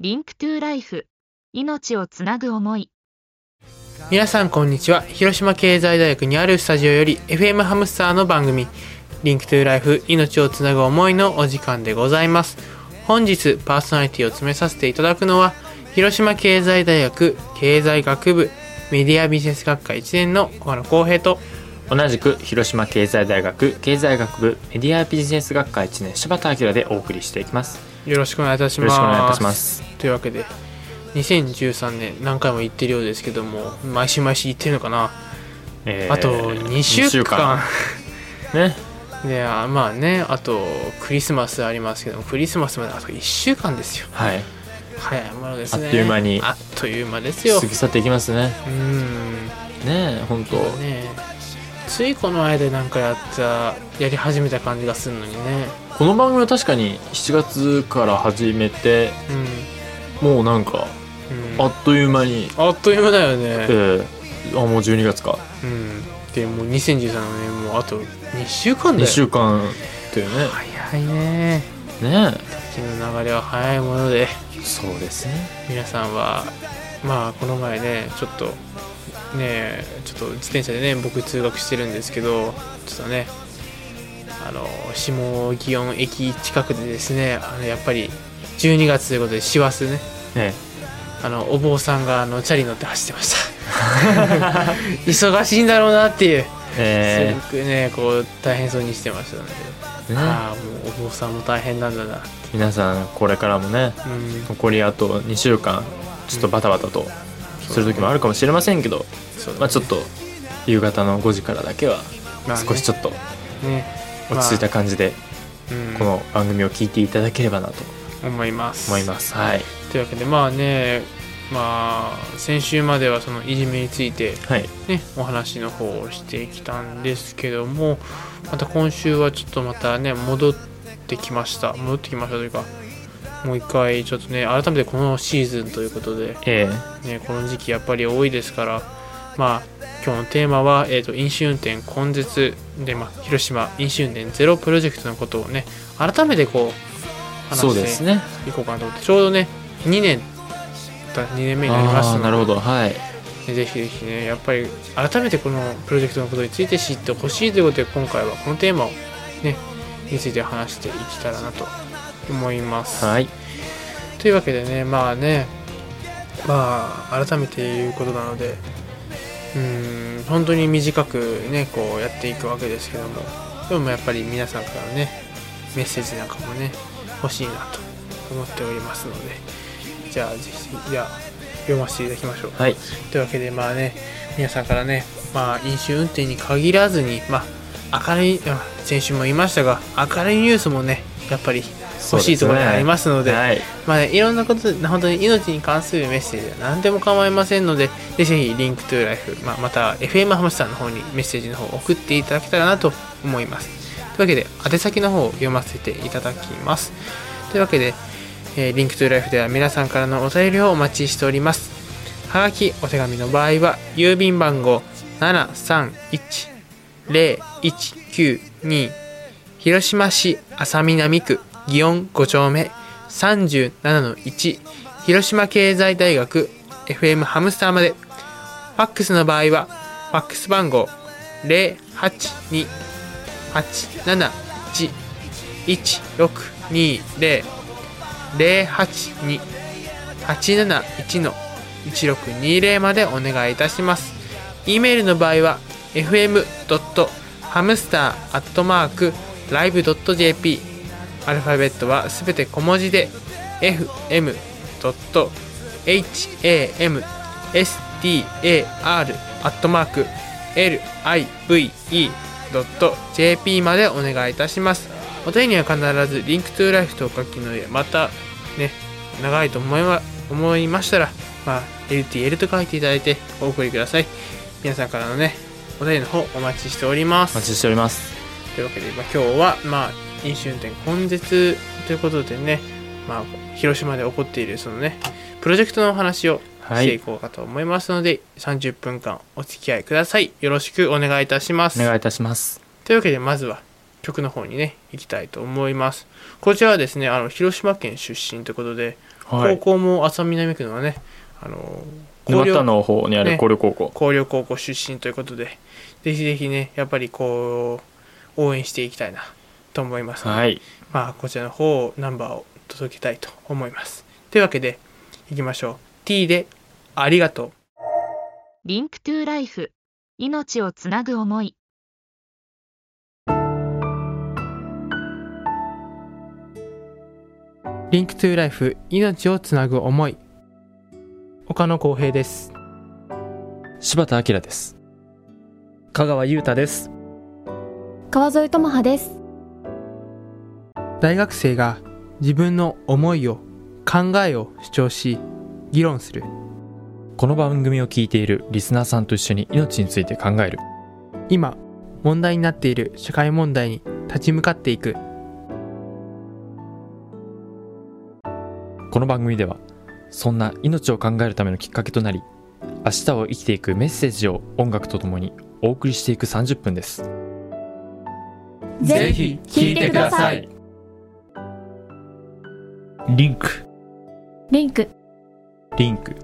リンクトゥーライフ命をつなぐ思い皆さんこんにちは広島経済大学にあるスタジオより FM ハムスターの番組「リンクトゥーライフ命をつなぐ思い」のお時間でございます本日パーソナリティを務めさせていただくのは広島経済大学経済学部メディアビジネス学科1年の岡野浩平と同じく広島経済大学経済学部メディアビジネス学科1年柴田明でお送りしていきますよろしくお願いいたしよまろすしくお願いいたしますというわけで2013年何回も言ってるようですけども毎週毎週言ってるのかな、えーあと2週間ねねあまあねあとクリスマスありますけどもクリスマスまであと1週間ですよはい早いものですねあっという間にあっという間ですよ過ぎ去っていきますねうんねえ本当ねついこの間なんかやったやり始めた感じがするのにねこの番組は確かに7月から始めてもうなんかうん、うん、ああっという間にっという間だよえねー、あもう12月かうんでもう2013年もうあと2週間だ2よ週間という早いねねね時の流れは早いものでえそうですね皆さんはまあこの前ねちょっとねちょっと自転車でね僕通学してるんですけどちょっとねあの下祇園駅近くでですねあのやっぱり12月ということで師走ねねあのお坊さんがあのチャリ乗って走ってました 忙しいんだろうなっていう、えすごくねこう大変そうにしてましたので、えねああもうお坊さんも大変なんだな皆さんこれからもねうん残りあと2週間ちょっとバタバタとする時もあるかもしれませんけど、そうだねまあ、ちょっと夕方の5時からだけはまあね少しちょっとね落ち着いた感じでうんこの番組を聞いていただければなと思います思いますはい、というわけでまあねまあ先週まではそのいじめについてはい、ねお話の方をしてきたんですけどもまた今週はちょっとまたね戻ってきました戻ってきましたというかもう一回ちょっとね改めてこのシーズンということで、えね、この時期やっぱり多いですからまあ今日のテーマは、えー、と飲酒運転根絶で、まあ、広島飲酒運転ゼロプロジェクトのことをね改めてこうえ話してそうですね行こうかなと思ってちょうどね2年だ2年目になりましあたあのでなるほどはいぜひぜひねやっぱり改めてこのプロジェクトのことについて知ってほしいということで今回はこのテーマをねについて話していけたらなと思います、はいというわけでねまあねまあ改めて言うことなのでうーん本当に短くねこうやっていくわけですけどもでもやっぱり皆さんからのねメッセージなんかもね欲しいなと思っておりますのでじゃあぜひじゃあ読ませていただきましょうはいというわけでまあね皆さんからねまあ飲酒運転に限らずにまあ明るいあ先週も言いましたが明るいニュースもねやっぱり欲しいところにありますのではいまあね、いろんなことで、本当に命に関するメッセージは何でも構いませんので、ぜひ、リンクトゥーライフ、まあ、また、FM ハムスターの方にメッセージの方を送っていただけたらなと思います。というわけで、宛先の方を読ませていただきます。というわけで、えーリンクトゥーライフでは皆さんからのお便りをお待ちしております。はがき、お手紙の場合は、郵便番号731-0192広島市安佐南区祇園5丁目37-1広島経済大学 FM ハムスターまでファックスの場合はファックス番号082-871-1620 082-871-1620までお願いいたします e メールの場合は fm.hamster.live.jp アルファベットはすべて小文字で fm.hamstar.live.jp までお願いいたしますお手には必ずリンクトゥーライフとお書きの上またね長いと思いま思いましたら、まあ、LTL と書いていただいてお送りください皆さんからのねお便りの方お待ちしておりますお待ちしておりますというわけで、まあ、今日は、まあ、飲酒運転根絶ということでね、まあ、広島で起こっているそのねプロジェクトのお話をはしていいこうかと思いますので、30分間お付き合いくださいよろしくお願いいたしますお願いいたしますというわけでまずは曲の方にねいきたいと思いますこちらはですねあの広島県出身ということで、はい高校も浅南区のねあの沼田の方にあるね広陵高校、広陵高校出身ということでぜひぜひねやっぱりこう応援していきたいなと思いますので、はいまあこちらの方をナンバーを届けたいと思いますというわけでいきましょう T で「ありがとう」リンクトゥーライフ命をつなぐ思いリンクトゥライフ命をつなぐ思い岡野浩平です柴田明です香川優太です川添智葉です大学生が自分の思いを考えを主張し議論するこの番組を聞いているリスナーさんと一緒に命について考える今問題になっている社会問題に立ち向かっていくこの番組ではそんな命を考えるためのきっかけとなり明日を生きていくメッセージを音楽とともにお送りしていく30分ですぜひ聞いてくださいリンクリンクリンク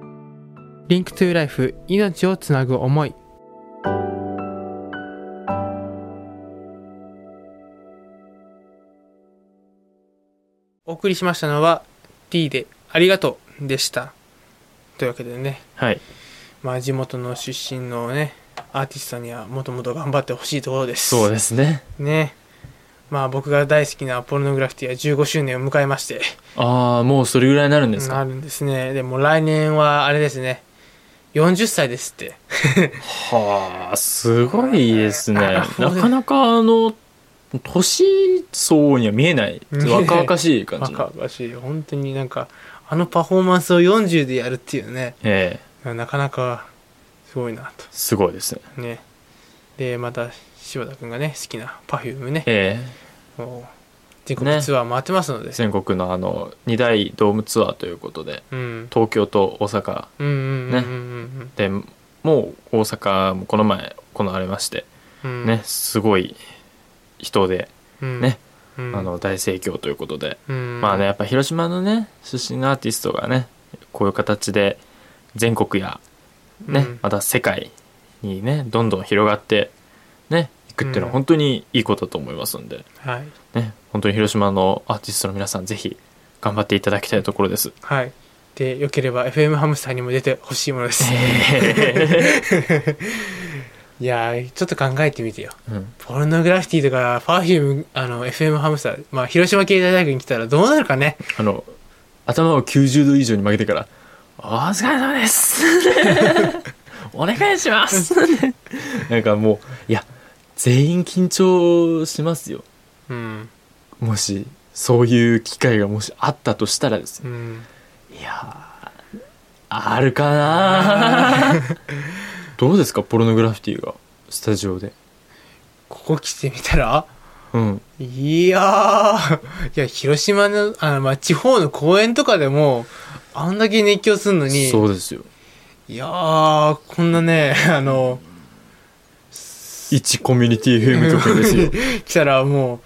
リンクトゥライフ命をつなぐ思いお送りしましたのは D でありがとうでしたというわけでねはいまあ地元の出身のねアーティストにはもともと頑張ってほしいところですそうですねねまあ僕が大好きなポルノグラフィティは15周年を迎えましてああもうそれぐらいになるんですかなるんですねでも来年はあれですね40歳ですってはあすごいですねあ なそうですかなかあの年相応には見えない見えない若々しい感じの若々しい本当になんかあのパフォーマンスを40でやるっていうねええなかなかすごいなすごいですねとねでまた柴田君がね好きな Perfume ねえもう全国ツアー回ってますので、え全国のあの2大ドームツアーということでうん東京と大阪うんうんうんうんうんでもう大阪もこの前行われまして、うんねすごい人で、うんねうんあの大盛況ということで、うんまあねやっぱ広島のね出身のアーティストがねこういう形で全国やね、うんまた世界にねどんどん広がってねいくっていうのうんは本当にいいことだと思いますんで、はいね本当に広島のアーティストの皆さんぜひ頑張っていただきたいところ です。はいでよければ FM ハムスターにも出てほしいものです、いやーちょっと考えてみてようんポルノグラフィティとか、パーフューム、あの、FM ハムスター、まあ、広島経済大学に来たらどうなるかね。あの頭を90度以上に曲げてから「お疲れ様です お願いします」なんかもういや全員緊張しますようん。もしそういう機会がもしあったとしたらですようん。いやーあるかなどうですかポルノグラフィティがスタジオでここ来てみたらうんいやー、いや、広島の、あの、まあ、地方の公園とかでも、あんだけ熱狂するのに、そうですよいやー、こんなね、 あの、一コミュニティ FM 局ですよ来たらも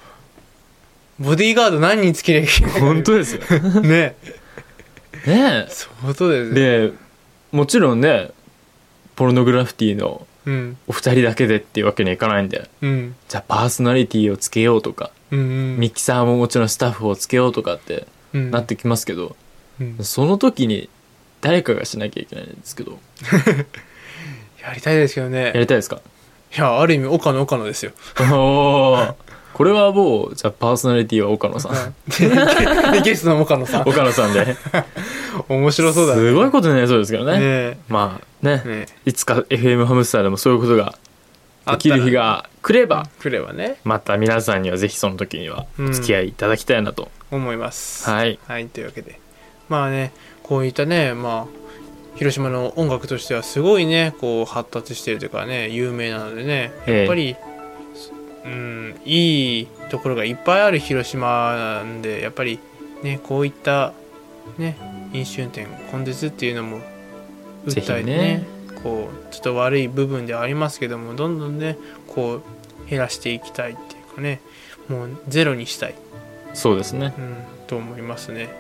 う、ボディーガード何人つけりゃいけない本当ですよ ね。ねえ相当だよね。でもちろんねポルノグラフィティのうん。お二人だけでっていうわけにはいかないんでうん。じゃあパーソナリティをつけようとかうんうん。ミキサーももちろんスタッフをつけようとかってうんなってきますけど、うんその時に誰かがしなきゃいけないんですけどやりたいですけどねや。りたいですかいや、ある意味、岡野岡野ですよ。 おーこれはもうじゃあパーソナリティは岡野さんででゲストの岡野さん 岡野さんで面白そうだねすごいことになりそうですけどねねまあねえねいつか FM ハムスターでもそういうことができる日が来れば、え来ればねまた皆さんにはぜひその時にはうんお付き合いいただきたいなと、思いますはいはいというわけでまあねこういったねまあ広島の音楽としてはすごいねこう発達してるというかね有名なのでねええやっぱり、うんいいところがいっぱいある広島なんでやっぱりねこういったね飲酒運転根絶っていうのもぜひ訴えてねねこうちょっと悪い部分ではありますけどもどんどんねこう減らしていきたいっていうかねもうゼロにしたい、そうですねうん、と思いますね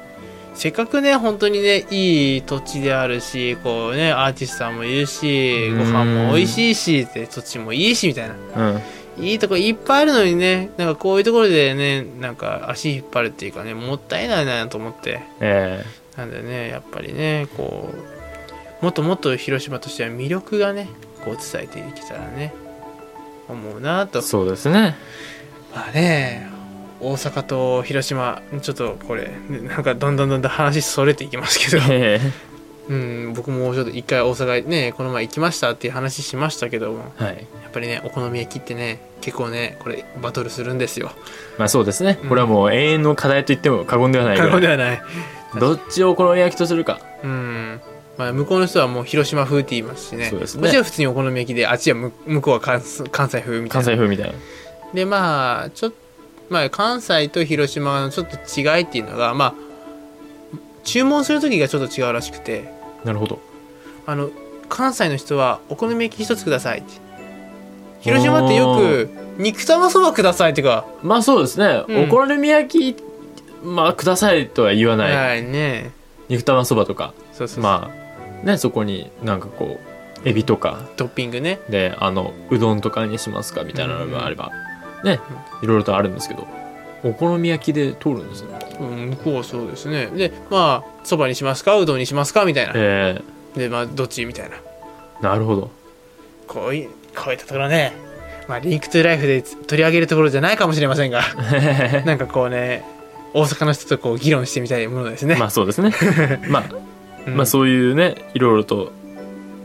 せっかくね本当にねいい土地であるしこうねアーティストさんもいるしうんご飯も美味しいしで土地もいいしみたいなうんいいとこいっぱいあるのにねなんかこういうところでねなんか足引っ張るっていうかねもったいないなと思ってえなんでねやっぱりねこうもっともっと広島としては魅力がねこう伝えていけたらね思うなえとそうですねまあね大阪と広島ちょっとこれなんかどんどんどんどん話それていきますけど えうん僕もちょっと一回大阪ねこの前行きましたっていう話しましたけどもえはいやっぱりねお好み焼きってね結構ねこれバトルするんですよまあそうですね、うんこれはもう永遠の課題と言っても過言ではないぐ過ら言いではないどっちをお好み焼きとするかうんまあ、向こうの人はもう広島風って言いますしねそうですねこっちは普通にお好み焼きであっちはむ向こうは関関西風みたい関な西風みたいなでまあちょっまあ関西と広島のちょっと違いっていうのがまあ注文する時がちょっと違うらしくてなるほどあの関西の人はお好み焼き一つくださいって広島ってよく肉玉そばくださいってかまあそうですね、うんお好み焼きまあくださいとは言わない、はいね肉玉そばとかそうそうそう、まあねそこになんかこうエビとかトッピングねであのうどんとかにしますかみたいなのがあれば、ねいろいろとあるんですけどお好み焼きで通るんですねうん向こうはそうですねでまあそばにしますかうどんにしますかみたいなえでまあどっちみたいなー、なるほどこういこういったところね、まあ、リンクトゥライフで取り上げるところじゃないかもしれま せんがなんかこうね大阪の人とこう議論してみたいものですね、 まあそ うですねまあうんまあそういうねいろいろと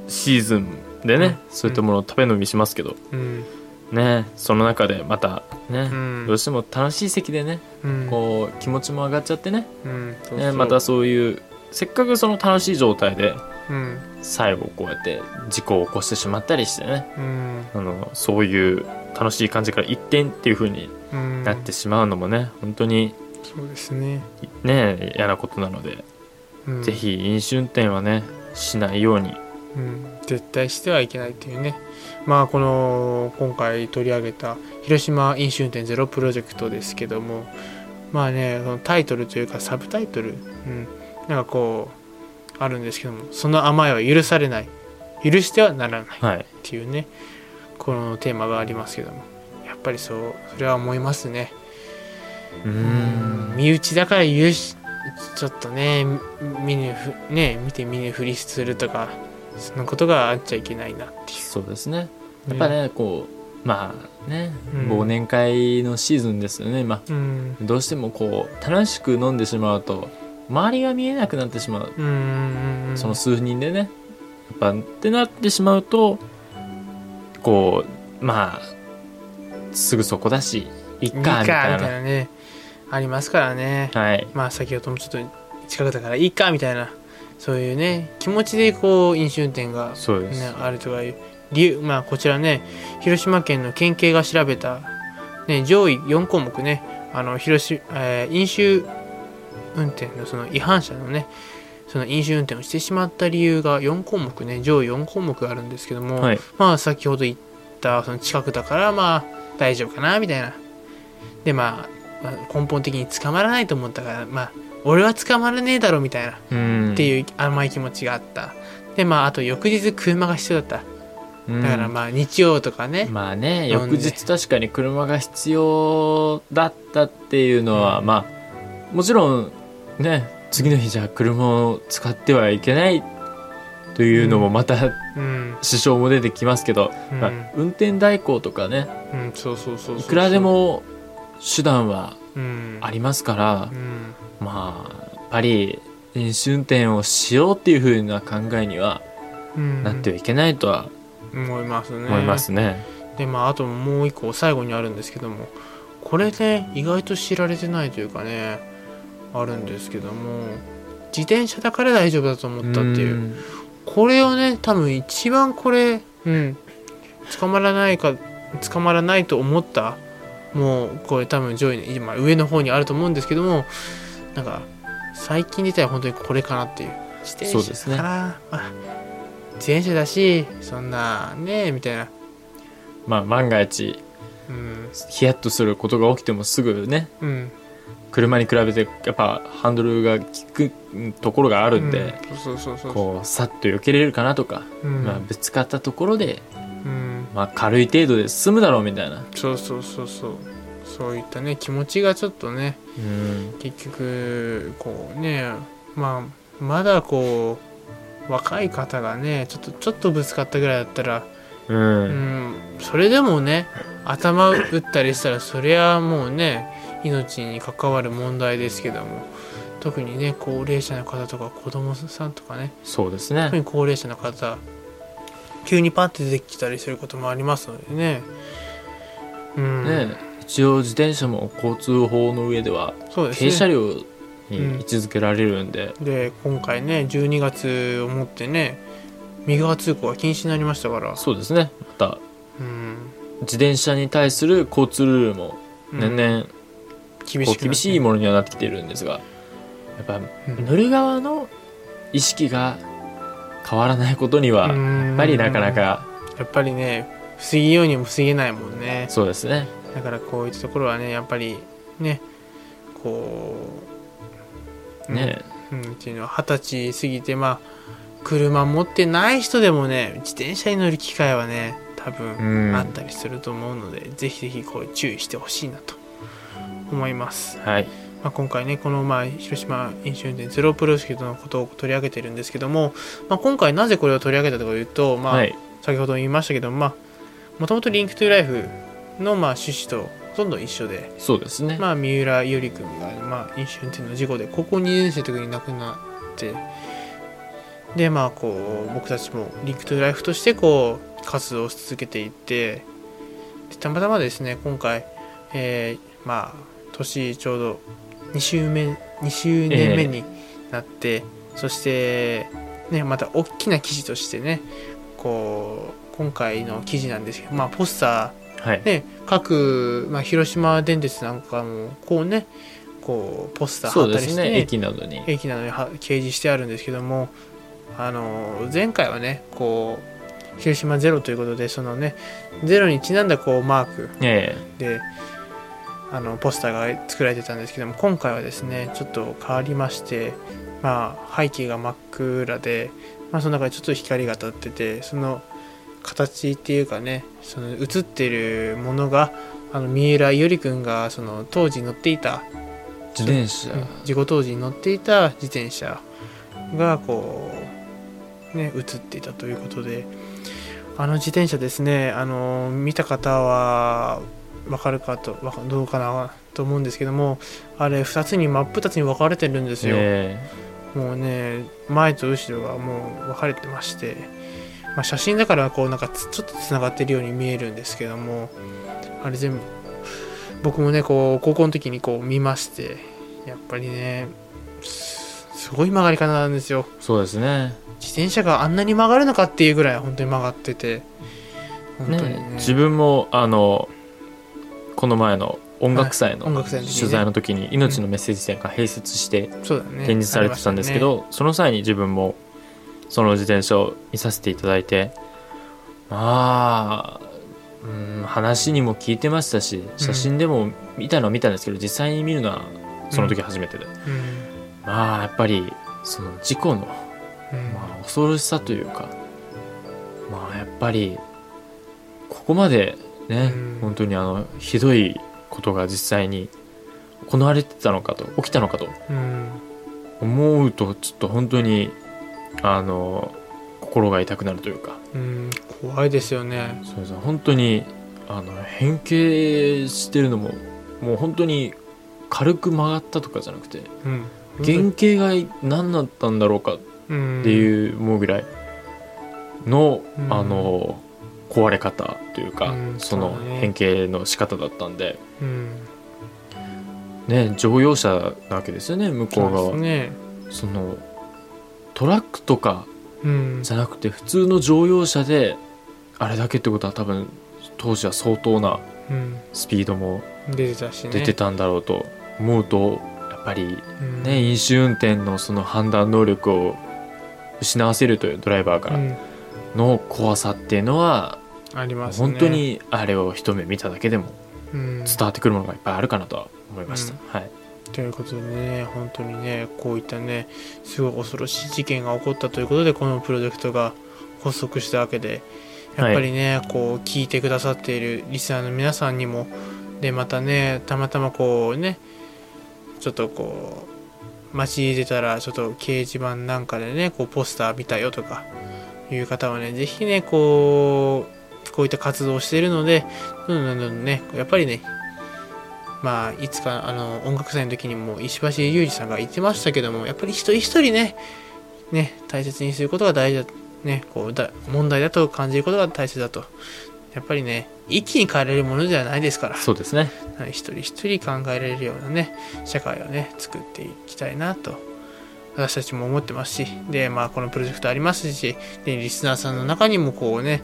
シーズンでね、そういったものを食べ飲みしますけど、うんねその中でまたね、うんどうしても楽しい席でねうんこう気持ちも上がっちゃってねうんそうそうねまたそういうせっかくその楽しい状態でうん最後こうやって事故を起こしてしまったりしてねうんあのそういう楽しい感じから一転っていう風にうんなってしまうのもね本当にそうですね、ね嫌なことなので、うんぜ、ひ飲酒運転はねしないようにうん、絶対してはいけないっていうねまあこの今回取り上げた広島飲酒運転ゼロプロジェクトですけどもまあねそのタイトルというかサブタイトル、うん、なんかこうあるんですけどもその甘えは許されない許してはならないっはいていうねこのテーマがありますけどもやっぱりそうそれは思いますねうーん身内だから許しちょっとね見ぬふね見て見ぬふりするとかそのことがあっちゃいけないなっていうそうですねやっぱねこうまあねうん忘年会のシーズンですよね今うんどうしてもこう楽しく飲んでしまうと周りが見えなくなってしまううんうんうんその数人でねやっぱってなってしまうとこうまあすぐそこだしいいっいかみかみたたいいななねありますからねはいまあ先ほどもちょっと近くだからいいかみたいなそういうね気持ちでこう飲酒運転が、そうです、ね、あるとかいう理由まあこちらね広島県の県警が調べた、ね、上位4項目ねあの広し、えー飲酒運転のその違反者のねその飲酒運転をしてしまった理由が4項目ね上位4項目あるんですけども、はいまあ先ほど言ったその近くだからまあ大丈夫かなみたいなでまあ、まあ根本的に捕まらないと思ったからまあ俺は捕まらねえだろみたいなうんっていう甘い気持ちがあったでまああと翌日車が必要だったうんだからまあ日曜とかね、まあね飲ん翌で日確かに車が必要だったっていうのは、うまあもちろんね次の日じゃあ車を使ってはいけないというのもまたうん支障も出てきますけど、うんまあ運転代行とかねうんそうそうそうそういいくらでも手段はうんありますからう、んまあやっぱり飲酒運転をしようっていう風な考えにはうんなってはいけないとは思いますね思いますね。でまああともう一個最後にあるんですけどもこれね意外と知られてないというかねあるんですけども自転車だから大丈夫だと思ったっていううんこれをね多分一番これうん捕まらないか捕まらないと思ったもうこれ多分上位の今上の方にあると思うんですけどもなんか最近出たら本当にこれかなっていう自転そうです車ねだから、まあ自転車だしそんなねみたいなまあ万が一うんヒヤッとすることが起きてもすぐねうん車に比べてやっぱハンドルが効くうんところがあるんで、うんそうそうそうそこうさっと避けれるかなとか、ううんまあ、ぶつかったところで、うんまあ、軽い程度で済むだろうみたいな、そうそうそうそうそういったね気持ちがちょっとねうん結局こうねまあまだこう若い方がねちょっとちょっとぶつかったぐらいだったら、ううんん、それでもね頭打ったりしたらそりゃもうね命に関わる問題ですけども特にね高齢者の方とか子供さんとかねそうですね特に高齢者の方急にパッて出てきたりすることもありますのでね。うん、ね一応自転車も交通法の上ではそうですね軽車両に位置づけられるんで、で今回ね12月をもってね右側通行が禁止になりましたから、そうですねまたうん、自転車に対する交通ルールもうん年々こ厳うしく厳しいものにはなってきているんですがやっぱうん乗る側の意識が変わらないことにはやっやぱりなかなかやっぱりね防ぎようにも防げないもんねそうですねだからこういったところはねやっぱりねこう、うんねうん、っていうのは二十歳過ぎてまあ車持ってない人でもね自転車に乗る機会はね多うん分あったりすると思うので、ぜひぜひこう注意してほしいなと思います。はいまあ、今回ねこのまあ広島飲酒運転ゼロプロジェクトのことを取り上げてるんですけども、まあ、今回なぜこれを取り上げたかというと、まあはい先ほど言いましたけどもともと「リンクトゥライフのまあ趣旨とほとんど一緒で、そうですねまあ、三浦伊織君がまあ飲酒運転の事故で高校2年生の時に亡くなってでまあこう僕たちも「リンクトゥライフとしてこう活動を続けていってでたまたまですね今回、えーまあ年ちょうど2周目2周年目になって、そして、ね、また大きな記事としてねこう今回の記事なんですけど、まあ、ポスタはいー、ね、各、まあ、広島電鉄なんかもこうねこうポスターそ貼うっでたりしすて、ね駅などに駅などには掲示してあるんですけどもあの前回はねこう広島ゼロということでそのねゼロにちなんだこうマークえであのポスターが作られてたんですけども今回はですねちょっと変わりましてまあ背景が真っ暗で、まあ、その中にちょっと光が当たっててその形っていうかねその映ってるものがあの三浦伊織君がその当時乗っていたえ自転車うん事故当時に乗っていた自転車がこうね映っていたということであの自転車ですねあの見た方は分かるかとわかどうかなと思うんですけどもあれ2つに真っ二つに分かれてるんですよ、えもうね前と後ろがもう分かれてまして、まあ、写真だからこうなんかつちょっとつながってるように見えるんですけどもあれ全部僕もねこう高校の時にこう見ましてやっぱりねすすごい曲がり方なんですよえそうですね自転車があんなに曲がるのかっていうぐらい本当に曲がってて本当にねね自分もあのこの前の音楽祭の音楽祭の時にね取材の時に「命のメッセージ展」が併設してそうだ、ね、展示されてたんですあけりど、その際に自分もその自転車を見させていただいてまあ、うん、話にも聞いてましたし写真でも見たのは見たんですけど、実際に見るのはその時初めてで、ましたね、まあやっぱりその事故の、うんうんまあ、恐ろしさというかまあやっぱりここまでね、うん本当にあのひどいことが実際に行われてたのかと起きたのかとうん思うとちょっと本当にあの心が痛くなるというかうん、怖いですよねそうですね本当にあの変形してるのももう本当に軽く曲がったとかじゃなくてうん原型が何だったんだろうかっってういう思うぐらいの、うんあの壊れ方というか、うんそそのうだね変形の仕方だったんで、ん、うん、ね、乗用車なわけですよね向こう側そうですねそのトラックとかうんじゃなくて普通の乗用車であれだけってことは多分当時は相当なうんスピードも出てたしね出てたんだろうと思うとやっぱりうんね飲酒運転のその判断能力を失わせるというドライバーかうらんの怖さっていうのはありますね本当にあれを一目見ただけでもうん伝わってくるものがいっぱいあるかなとは思いました、うんはいということでね本当にねこういったねすごい恐ろしい事件が起こったということでこのプロジェクトが発足したわけでやっぱりね、こう聞いてくださっているリスナーの皆さんにもでまたねたまたまこうねちょっとこう街に出たらちょっと掲示板なんかでねこうポスター見たよとかいう方はね是非ねこうこういった活動をしているのでどんどんどんどんねやっぱりねまあ、いつかあの音楽祭の時にも石橋裕二さんが言ってましたけどもやっぱり一人一人ねね大切にすることが大事だ、ね、こうだ問題だと感じることが大切だとやっぱりね一気に変えられるものではないですからそうですねはい一人一人考えられるようなね社会をね作っていきたいなと私たちも思ってますしでまあこのプロジェクトありますしでリスナーさんの中にもこうね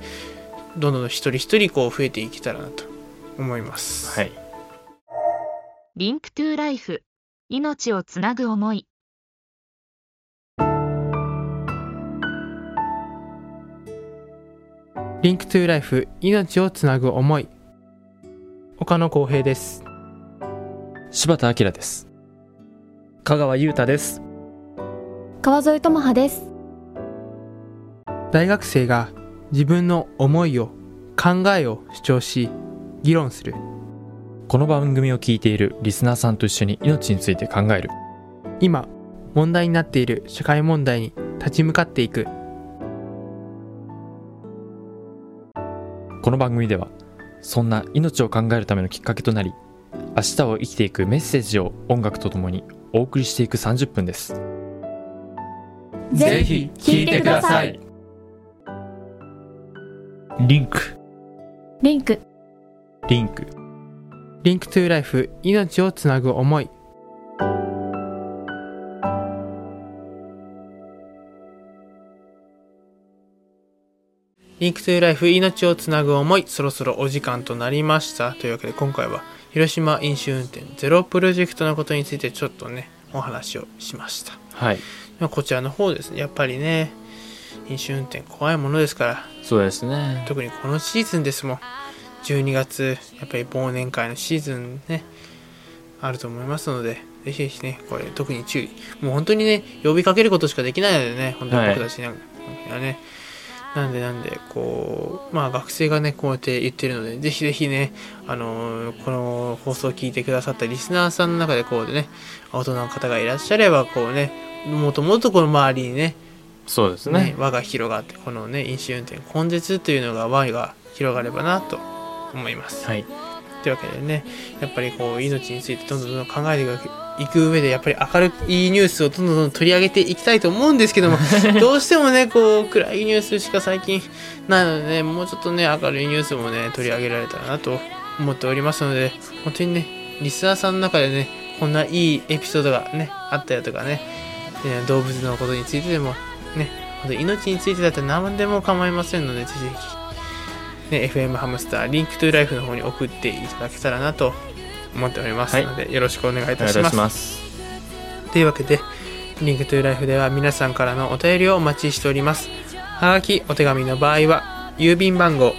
どんどん一人一人こう増えていけたらなと思います。はいリンクトゥライフ命をつなぐ思いリンクトゥライフ命をつなぐ思い岡野浩平です柴田明です香川優太です川添智葉です大学生が自分の思いを考えを主張し議論するこの番組を聞いているリスナーさんと一緒に命について考える今問題になっている社会問題に立ち向かっていくこの番組ではそんな命を考えるためのきっかけとなり明日を生きていくメッセージを音楽とともにお送りしていく30分ですぜひ聞いてくださいリンクリンクリンクリンクトゥライフ命をつなぐ思いリンクトゥライフ命をつなぐ思いそろそろお時間となりましたというわけで今回は広島飲酒運転ゼロプロジェクトのことについてちょっとねお話をしましたはいまあこちらの方ですねやっぱりね飲酒運転怖いものですからそうですね特にこのシーズンですもん12月やっぱり忘年会のシーズンねあると思いますのでぜひぜひねこれ特に注意もう本当にね呼びかけることしかできないのでね本当にはい僕たちなんかはね、なんでなんでこうまあ学生がねこうやって言ってるのでぜひぜひねあのーこの放送を聞いてくださったリスナーさんの中でこうでね大人の方がいらっしゃればこうねもっともっとこの周りにねそうですね、輪が広がってこのね飲酒運転根絶というのが輪が広がればなと思います。はいというわけでねやっぱりこう命についてどんどんどんどん考えていく上でやっぱり明るいニュースをどんどんどんどん取り上げていきたいと思うんですけど もどうしてもねこう暗いニュースしか最近ないのでねもうちょっとね明るいニュースもね取り上げられたらなと思っておりますので本当にねリスナーさんの中でねこんないいエピソードがねあったよとかねえー動物のことについてでもね本当に命についてだったら何でも構いませんのでぜひぜひね、FM ハムスターリンクトゥライフの方に送っていただけたらなと思っておりますので、よろしくお願いいお願たいいしたますしますというわけでリンクトゥライフでは皆さんからのお便りをお待ちしておりますはがきお手紙の場合は郵便番号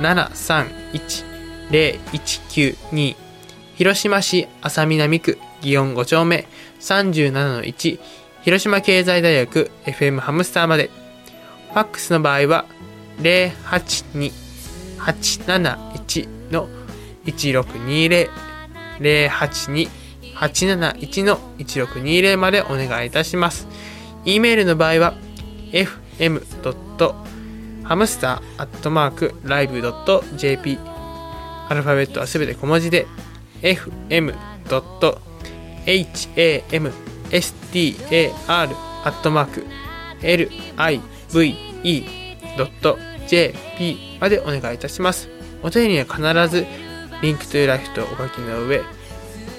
731-0192広島市安佐南区祇園5丁目37-1広島経済大学 FM ハムスターまでファックスの場合は082871の1620 082-871-1620までお願いいたします。e メールの場合は fm.hamster.live.jp アルファベットはすべて小文字で fm.hamstar.live.jp までお願いいたします。お便りには必ずリンクトゥーライフとお書きの上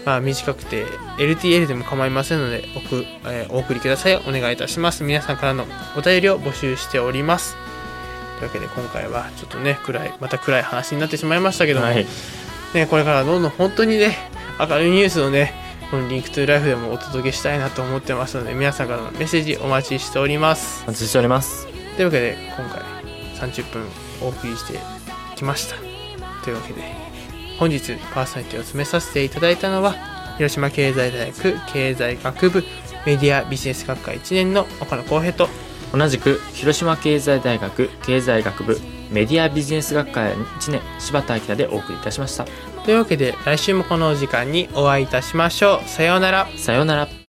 まあ、短くて LTL でも構いませんのでおく、えーお送りくださいお願いいたします皆さんからのお便りを募集しておりますというわけで今回はちょっとね暗いまた暗い話になってしまいましたけども、はいね、これからどんどん本当にね明るいニュースをねこのリンクトゥーライフでもお届けしたいなと思ってますので皆さんからのメッセージお待ちしておりますお待ちしておりますというわけで今回30分お送りしてきましたというわけで本日パーソナリティを務めさせていただいたのは広島経済大学経済学部メディアビジネス学科1年の岡野浩平と同じく広島経済大学経済学部メディアビジネス学科1年柴田明でお送りいたしましたというわけで来週もこのお時間にお会いいたしましょうさようならさようなら